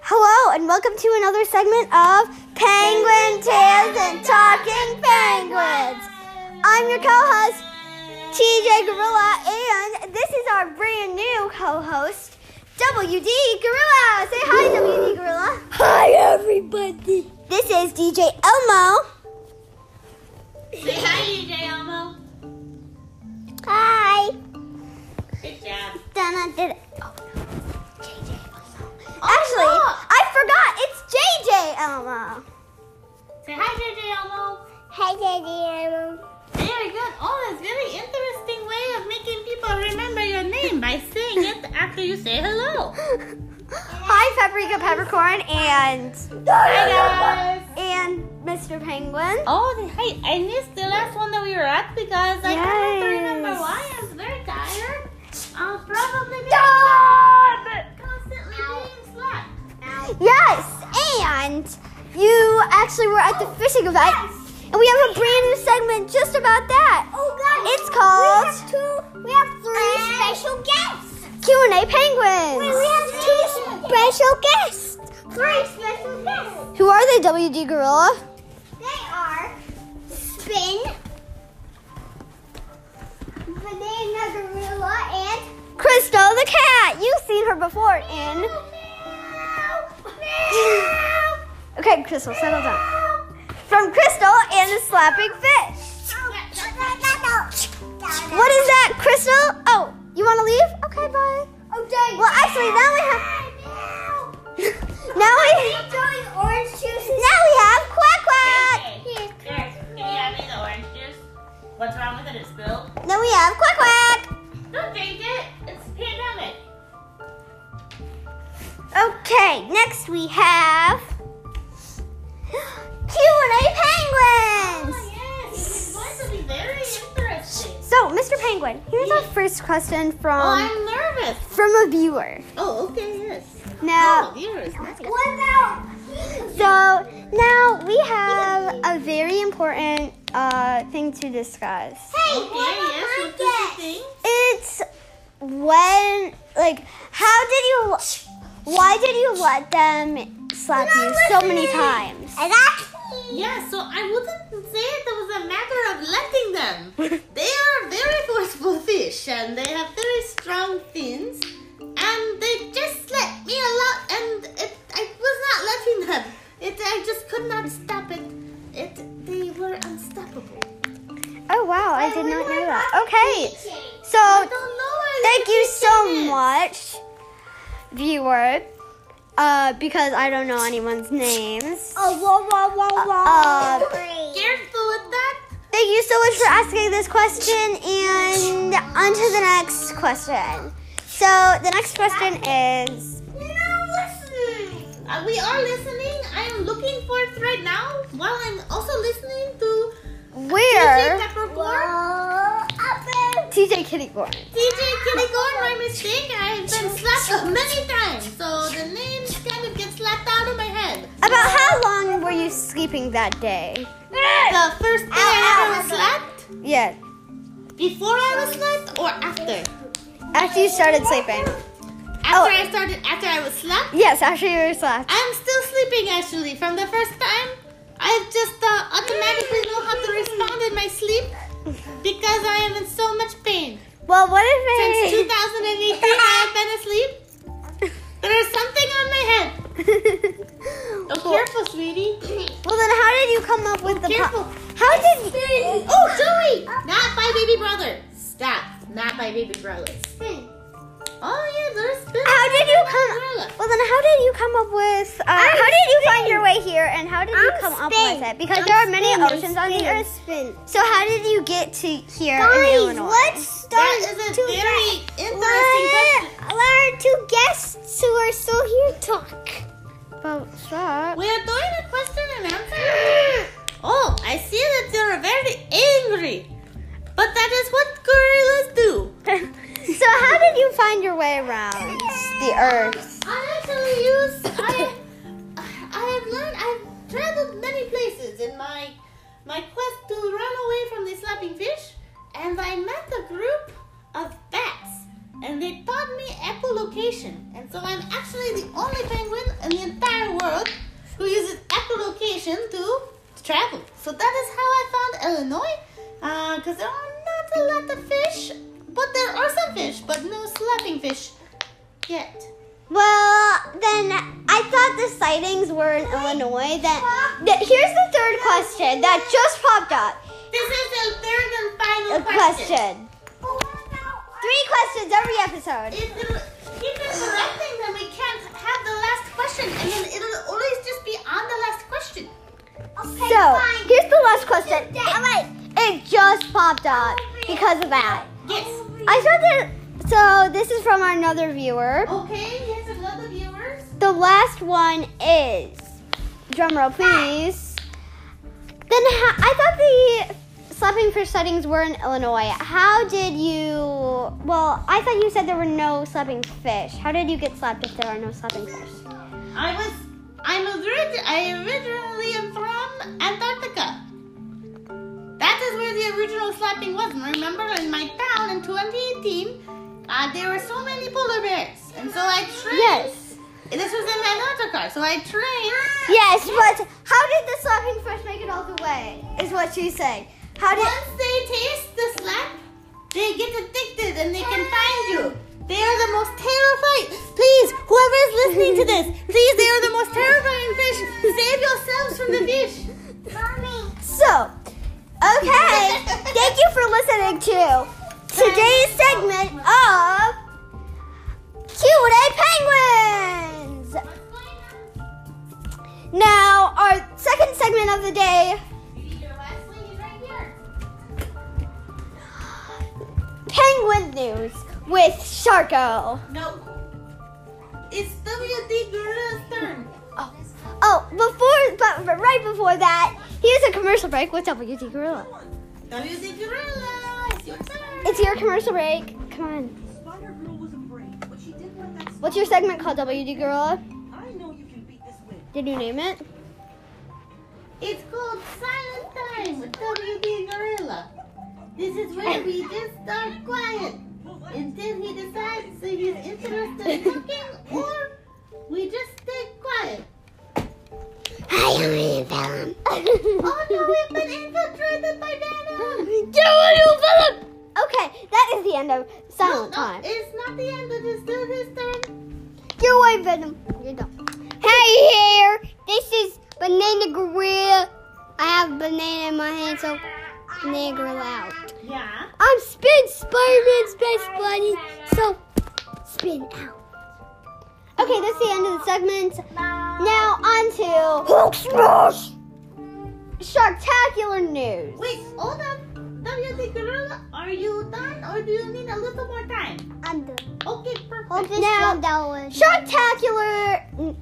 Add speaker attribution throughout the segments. Speaker 1: Hello, and welcome to another segment of Penguin Tales and Talking Penguins. I'm your co host, TJ Gorilla, and this is our brand new co host, WD Gorilla. Say hi, WD Gorilla. Hi, everybody. This is DJ Elmo.
Speaker 2: Say hi, DJ Elmo.
Speaker 1: Hi.
Speaker 2: Good job.
Speaker 1: Dun, dun, dun. Oh, no. JJ Elmo. Actually, I forgot. It's JJ Elmo.
Speaker 2: Say hi, JJ Elmo.
Speaker 1: Hi, JJ Elmo.
Speaker 2: Very good. Oh, that's very interesting way of making people remember your name by saying it after you say hello.
Speaker 1: Hi, Paprika Peppercorn and
Speaker 2: Hi, guys.
Speaker 1: and Mr. Penguin.
Speaker 2: Oh, the- hi. I missed the last one that we were at because I can't remember
Speaker 1: Yes.
Speaker 2: why. I was very tired. I was probably being constantly being slapped.
Speaker 1: Yes, and you actually were at the fishing event, and we have a brand new segment just about that. Oh God! It's called we have two, we have three special guests. Q and A Penguins. we have two special guests.
Speaker 3: Three special guests.
Speaker 1: Who are they, WD Gorilla?
Speaker 3: They are Spin, Banana Gorilla, and
Speaker 1: Crystal the cat. You've seen her before in. Okay, Crystal, settle down. From Crystal and the Slapping Fish. What is that, Crystal? Oh, you want to leave? Okay, bye.
Speaker 3: Okay.
Speaker 1: Well, actually, now we have. Now we. Now we have Quack Quack.
Speaker 2: Here, can you have me the orange juice? What's wrong with it? It's spilled.
Speaker 1: Now we have Quack Quack.
Speaker 2: Don't drink it. It's pandemic.
Speaker 1: Okay, next we have Q and A Penguins.
Speaker 2: Yes, it's going to be very interesting.
Speaker 1: So, Mr. Penguin, here's our first question
Speaker 2: Oh,
Speaker 1: from
Speaker 2: I'm nervous.
Speaker 1: from a viewer.
Speaker 2: Oh, okay, yes.
Speaker 1: Now.
Speaker 2: Oh, here is nice.
Speaker 1: So now we have a very important uh, thing to discuss.
Speaker 2: Okay, yes, what do you think?
Speaker 1: It's when, like, how did you, why did you let them slap you so many times?
Speaker 2: Yeah, so I wouldn't say it was a matter of letting them. they are very forceful fish and they have very strong fins. And they just let me a lot and it, I was not letting them. It, I just could not stop it. It, they were unstoppable.
Speaker 1: Oh wow, I did not know that. Okay, so
Speaker 2: I don't know. I
Speaker 1: thank you so
Speaker 2: appreciate it.
Speaker 1: much, viewer, uh, because I don't know anyone's names. Uh,
Speaker 2: Careful with that.
Speaker 1: Thank you so much for asking this question, and on to the next question. So, the next question is
Speaker 2: Uh, we are listening. I am looking for it right now while I'm also listening to DJ
Speaker 1: where
Speaker 2: Peppercorn.
Speaker 1: TJ Kitty Corn.
Speaker 2: DJ Kitty Corn, my mistake. I've been slapped many times, so the names kind of get slapped out of my head.
Speaker 1: About how long were you sleeping that day?
Speaker 2: The first day I ever was slapped,
Speaker 1: Yeah,
Speaker 2: before I was slapped, or after?
Speaker 1: after you started sleeping.
Speaker 2: After
Speaker 1: Oh.
Speaker 2: I started, after I was slapped.
Speaker 1: Yes, after you were slapped.
Speaker 2: I'm still sleeping actually from the first time. I just uh, automatically know how to respond in my sleep because I am in so much pain.
Speaker 1: Well, what if
Speaker 2: Since 2018, I have been asleep. There is something on my head.
Speaker 1: it?
Speaker 2: Oh,
Speaker 1: well,
Speaker 2: careful, sweetie.
Speaker 1: well, then how did you come up with the
Speaker 2: Careful.
Speaker 1: po- How did you?
Speaker 2: Oh, Joey! Not my baby brother. Stop. Not my baby brother. Oh, yeah, there's been.
Speaker 1: How did you come?
Speaker 2: umbrella.
Speaker 1: Well, then, how did you come up with? Uh, how did you find your way here, and how did you
Speaker 3: I'm
Speaker 1: come up
Speaker 3: Spain.
Speaker 1: with it? Because
Speaker 3: I'm
Speaker 1: there are many
Speaker 3: Spain. I'm
Speaker 1: oceans on the
Speaker 3: Spain.
Speaker 1: earth. So, how did you get to here in
Speaker 3: Guys,
Speaker 1: Illinois?
Speaker 3: let's
Speaker 2: That
Speaker 3: start
Speaker 2: is a
Speaker 3: to
Speaker 2: very interesting
Speaker 3: let,
Speaker 2: question.
Speaker 3: let our two guests who are still here talk.
Speaker 1: Well, stop.
Speaker 2: We are doing a question and answer. Oh, I see that you're very angry. But that is what gorillas do.
Speaker 1: so, how did you find your way around the earth?
Speaker 2: I actually use I I have learned I've traveled many places in my my quest to run away from the slapping fish and I met a group of bats and they taught me echolocation echolocation. And so I'm actually the only penguin in the entire world who uses echolocation to travel. So that is how I found Illinois. Because there are not a lot of fish, but there are some fish, but no slapping fish yet.
Speaker 1: Well, then I thought the sightings were in Illinois. Then th- here's the third question that just popped up.
Speaker 2: This is the third and final
Speaker 1: A question. Three questions every episode.
Speaker 2: If you keep interrupting, then we can't have the last question, and then it'll always just be on the last question.
Speaker 1: So here's the last question. All right, it just popped up because of that.
Speaker 2: Yes.
Speaker 1: I saw that. So this is from another viewer.
Speaker 2: Okay, here's another viewers.
Speaker 1: The last one is drumroll, please. Then ha- I thought the slapping fish sightings were in Illinois. How did you? Well, I thought you said there were no slapping fish. How did you get slapped if there are no slapping fish?
Speaker 2: I was. I'm orig- I originally am from Antarctica. That is where the original slapping was. And Remember, in my town in 2018, uh, there were so many polar bears, and so I trained.
Speaker 1: Yes.
Speaker 2: This was in Antarctica, so I trained.
Speaker 1: Yes, but how did the slapping fish make it all the way? Is what she's saying. How did?
Speaker 2: Once they taste the slap, they get addicted and they can find you. They are the most terrifying. Please, whoever is listening to this, please, they are the most terrifying fish. Save yourselves from the fish. Mommy.
Speaker 1: So, okay. Thank you for listening to today's segment of Q&A Penguins. Now, our second segment of the day, Penguin News with Sharko.
Speaker 2: No. It's WD Gorilla's turn.
Speaker 1: Oh, oh before, but, but right before that, here's a commercial break with WD Gorilla.
Speaker 2: WD Gorilla, it's your turn.
Speaker 1: It's your commercial break. Come on.
Speaker 4: Spider Girl was a brave, but she did let that.
Speaker 1: What's your segment called, WD Gorilla?
Speaker 4: I know you can beat this win.
Speaker 1: Did you name it?
Speaker 2: It's called Silent Time with WD Gorilla. This is where we just start quiet until he decides that he's interested in talking or we just stay quiet. Oh no, we've been infiltrated by Venom!
Speaker 1: Okay, that is the end of
Speaker 2: No,
Speaker 1: silent
Speaker 2: no,
Speaker 1: time.
Speaker 2: it's not the end, it is still his turn.
Speaker 1: Get away, Venom. You're done. Hey here, this is Banana Gorilla. I have a banana in my hand, so Banana Gorilla out.
Speaker 2: Yeah.
Speaker 1: I'm Spin, Spider-Man's best buddy, so Spin out. Okay, that's the end of the segment. Now on to Hulk Smash! Sharktacular news.
Speaker 2: Wait, hold up. WD Gorilla, are you done or do you need a little more time?
Speaker 1: I'm done.
Speaker 2: Okay, perfect.
Speaker 1: now, Sharktacular n-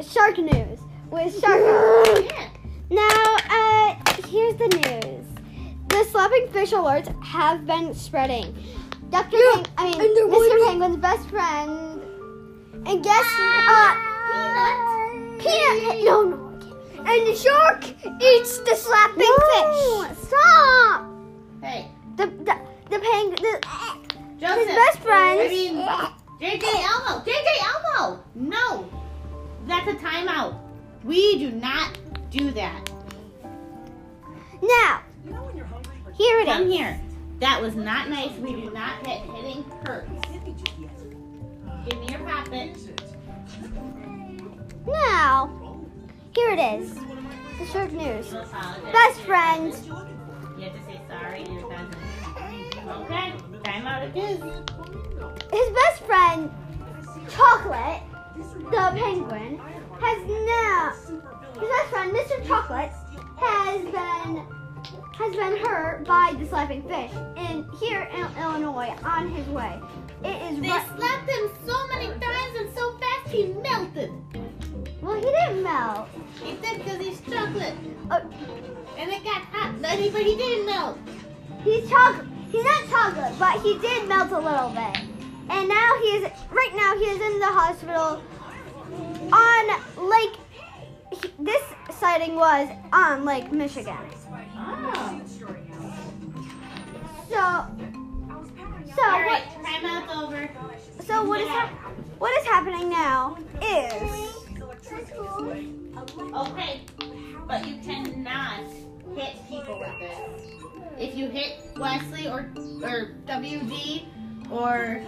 Speaker 1: Shark News with Shark.
Speaker 2: Yeah.
Speaker 1: now, uh, here's the news. The slapping fish alerts have been spreading. Dr. Peng- I mean, Mr. Penguin's best friend. And guess uh, peanut. Peanut. No, no. I can't. And the shark eats the slapping fish. Stop.
Speaker 2: Hey,
Speaker 1: The the the penguin. The,
Speaker 2: Joseph.
Speaker 1: best friend-
Speaker 2: I mean, JJ Elmo. JJ Elmo. No, that's a timeout. We do not do that.
Speaker 1: now,
Speaker 4: You know when you're hungry, but
Speaker 1: here it is.
Speaker 2: Come here. That was not nice. We do not hit. Hitting hurts.
Speaker 4: you didn't just yet.
Speaker 2: Give me your poppet.
Speaker 4: Is it?
Speaker 1: Now, here it is. The short news.
Speaker 2: You apologize.
Speaker 1: Best friends.
Speaker 4: What you looking for?
Speaker 2: You have to say sorry. and You're done. Okay. Timeout it is.
Speaker 1: His best friend, Chocolate, the penguin, has now. His best friend, Mr. Chocolate, has been has been hurt by the slapping fish, and here in Illinois, on his way, it is.
Speaker 2: They
Speaker 1: Right,
Speaker 2: slapped him so many times and so fast he melted.
Speaker 1: well, he didn't melt.
Speaker 2: He said because he's chocolate. Uh,
Speaker 1: Oh.
Speaker 2: And it got hot. But he, but he didn't melt.
Speaker 1: He's chocolate. He's not chocolate, but he did melt a little bit. And now he is right now he is in the hospital on Lake. he- This sighting was on Lake Michigan.
Speaker 2: Oh.
Speaker 1: So, so
Speaker 2: All right,
Speaker 1: what?
Speaker 2: timeout's over.
Speaker 1: So what is happening? What is happening now is
Speaker 2: Okay, but you cannot hit people with this. If you hit Wesley or or WD or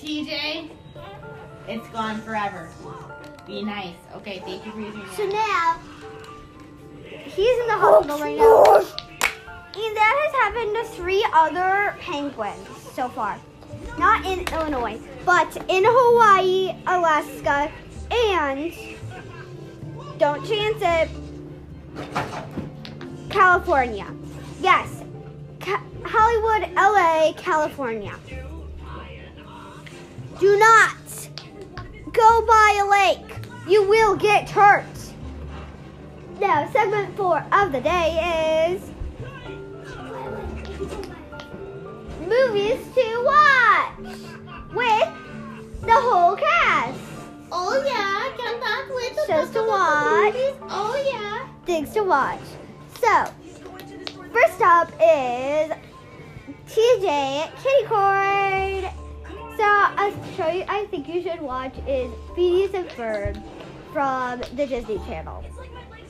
Speaker 2: TJ, it's gone forever. Be nice. Okay, thank you for using that.
Speaker 1: so now he's in the hospital right now. And that has happened to three other penguins so far. Not in Illinois, but in Hawaii, Alaska, and don't chance it, California. Yes, Ca- Hollywood, LA, California. Do not go by a lake. You will get hurt. Now, segment four of the day is movies to watch with the whole cast.
Speaker 2: Oh yeah, I cannot wait to
Speaker 1: Shows
Speaker 2: talk
Speaker 1: to
Speaker 2: about the
Speaker 1: watch.
Speaker 2: movies. Oh yeah.
Speaker 1: Things to watch. So, first up is TJ Kitty Cord. So, a show you, I think you should watch is Phineas and Ferb from the Disney Channel.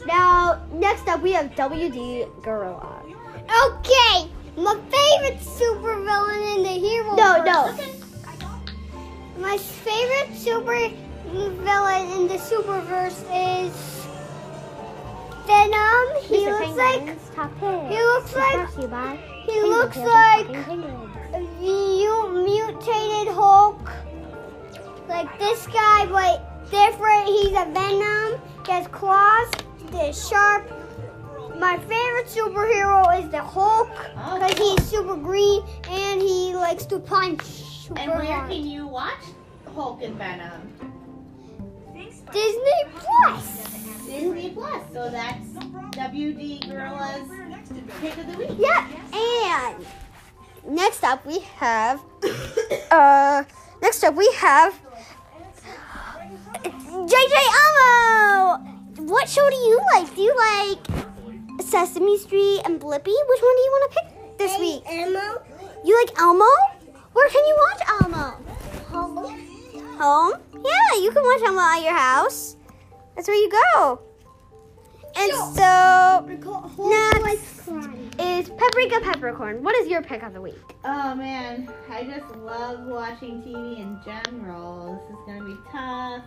Speaker 1: Now, next up we have WD Gorilla.
Speaker 3: Okay, my favorite supervillain in the hero.
Speaker 1: No,
Speaker 3: verse.
Speaker 1: no.
Speaker 3: My favorite super villain in the superverse is Venom. He
Speaker 1: Mr.
Speaker 3: looks like
Speaker 1: Penguin's top pick.
Speaker 3: he looks like
Speaker 1: Brought to you by
Speaker 3: he
Speaker 1: Penguin
Speaker 3: looks
Speaker 1: Tales and
Speaker 3: like
Speaker 1: Talking Penguins.
Speaker 3: the mu- mutated Hulk. Like this guy, but different. He's a Venom. He has claws. This sharp. My favorite superhero is the Hulk
Speaker 2: Oh,
Speaker 3: because he's super green and he likes to punch super
Speaker 2: And where
Speaker 3: hard.
Speaker 2: can you watch Hulk and Venom?
Speaker 3: Disney Plus.
Speaker 2: Disney Plus. So that's WD Gorilla's pick of the week.
Speaker 1: Yeah, and next up we have, uh, next up we have JJ Elmo. What show do you like? Do you like Sesame Street and Blippi? Which one do you want to pick this week? Elmo. You like Elmo? Where can you watch Elmo? Home. Home? Yeah, you can watch Elmo at your house. That's where you go. And so next is Paprika Peppercorn. What is your pick of the week?
Speaker 2: Oh man, I just love watching TV in general. This is gonna be tough.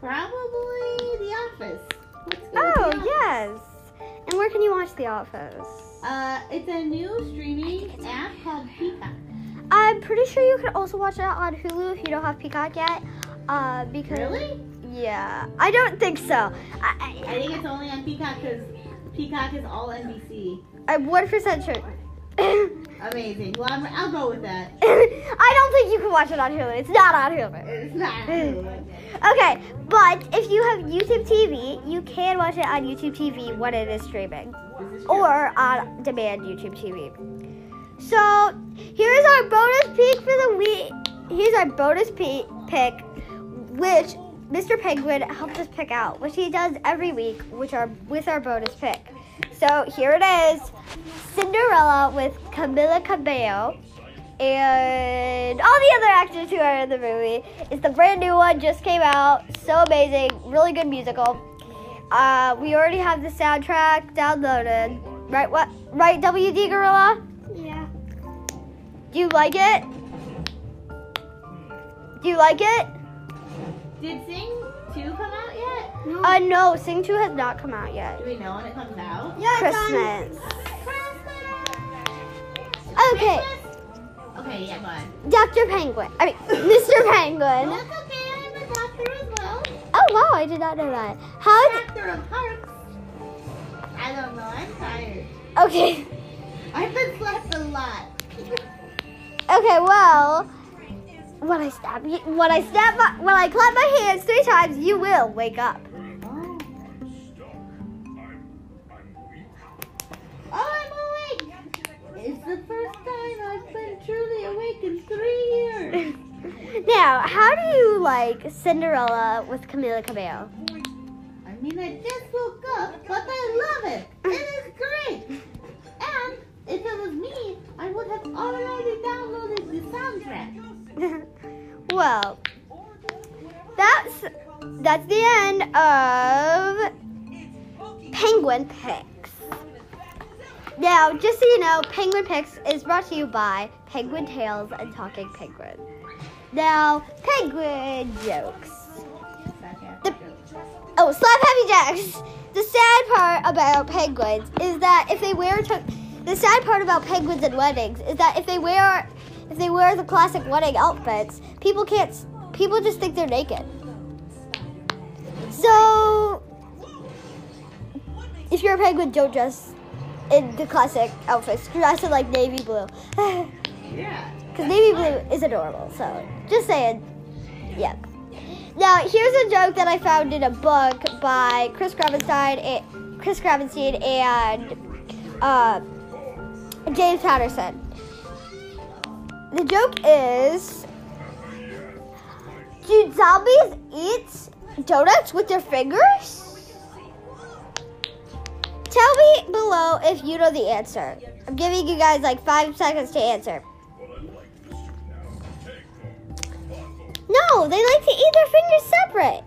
Speaker 2: Probably The Office. Let's go with The
Speaker 1: Oh,
Speaker 2: Office.
Speaker 1: yes. And where can you watch The Office?
Speaker 2: Uh, it's a new streaming app called Peacock.
Speaker 1: I'm pretty sure you could also watch it on Hulu if you don't have Peacock yet. Uh, because
Speaker 2: Really?
Speaker 1: yeah, I don't think so. I,
Speaker 2: I think it's only on Peacock because Peacock is all NBC.
Speaker 1: I, I'm one percent sure.
Speaker 2: Amazing. Well, I'm, I'll go with that.
Speaker 1: I don't think you can watch it on Hulu. It's not on Hulu.
Speaker 2: It's not. Hulu.
Speaker 1: Okay, but if you have YouTube TV, you can watch it on YouTube TV when it is streaming.
Speaker 2: This is true.
Speaker 1: or on demand YouTube TV. So here's our bonus pick for the week. Here's our bonus pe- pick, which Mr. Penguin helped us pick out, which he does every week, which are with our bonus pick. So here it is: Cinderella with Camila Cabello. And all the other actors who are in the movie. It's the brand new one, just came out. So amazing. Really good musical. Uh, we already have the soundtrack downloaded. Right, what? Right, WD Gorilla?
Speaker 3: Yeah.
Speaker 1: Do you like it? Do you like it?
Speaker 2: Did Sing 2 come out yet?
Speaker 1: Uh, no, Sing 2 has not come out yet.
Speaker 2: Do we know when it comes out?
Speaker 1: Christmas. Okay,
Speaker 2: Okay, yeah, go on.
Speaker 1: Dr. Penguin. I mean, Mr. Penguin.
Speaker 2: That's okay, I'm a doctor as well.
Speaker 1: Oh, wow, I did not know that. How d-
Speaker 2: Doctor of Parks. I don't know, I'm tired.
Speaker 1: Okay,
Speaker 2: I've been slept a lot.
Speaker 1: okay, well. When I snap, you- when I snap, my, when I clap my hands three times, you will wake up.
Speaker 2: Oh, I'm awake! It's the first time I've been truly awake in three years.
Speaker 1: Now, how do you like Cinderella with Camila Cabello?
Speaker 2: I mean, I just woke up, but I love it. It is great. And if it was me, I would have already downloaded the soundtrack.
Speaker 1: well. That's that's the end of Penguin Picks. Now, just so you know, Penguin Picks is brought to you by Penguin Tales and Talking Penguin. Now, penguin jokes. The, oh, slap happy jacks. The sad part about penguins is that if they wear to, the sad part about penguins and weddings is that if they wear if they wear the classic wedding outfits, people can't s- people just think they're naked. So if you're a penguin, don't dress in the classic outfits. Dress in like navy blue.
Speaker 2: Yeah.
Speaker 1: Because navy blue is adorable, so just saying. Yep. Now, here's a joke that I found in a book by Chris Gravenstein and, Chris Gravenstein and uh, James Patterson. The joke is Do zombies eat donuts with their fingers? Tell me below if you know the answer. I'm giving you guys like five seconds to answer. No, they like to eat their fingers separate.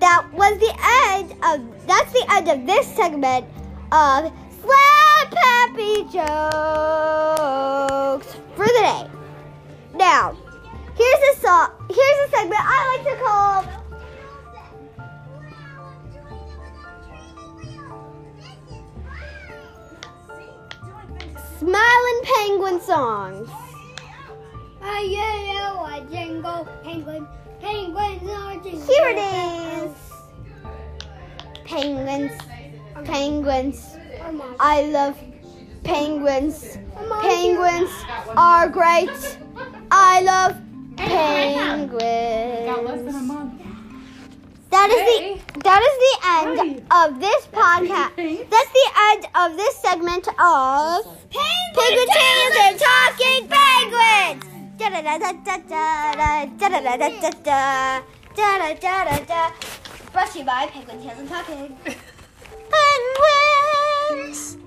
Speaker 1: That was the end of that's the end of this segment of Slap Happy Jokes for the day. Now, here's a song here's a segment I like to call Smiling Penguin Songs.
Speaker 3: Ah, yeah, yeah, a jingle, penguin, penguins are jingle.
Speaker 1: Here it is. Penguins. Penguins.
Speaker 3: Come on.
Speaker 1: I love penguins. Penguins are great. I love penguins.
Speaker 2: month.
Speaker 1: That is the that is the end of this podcast. That's the end of this segment of Penguin Tales and Talking Penguins. Da da da da da da da da da da da da da da da da. Brought to you by Penguin Tales and Talking Penguins.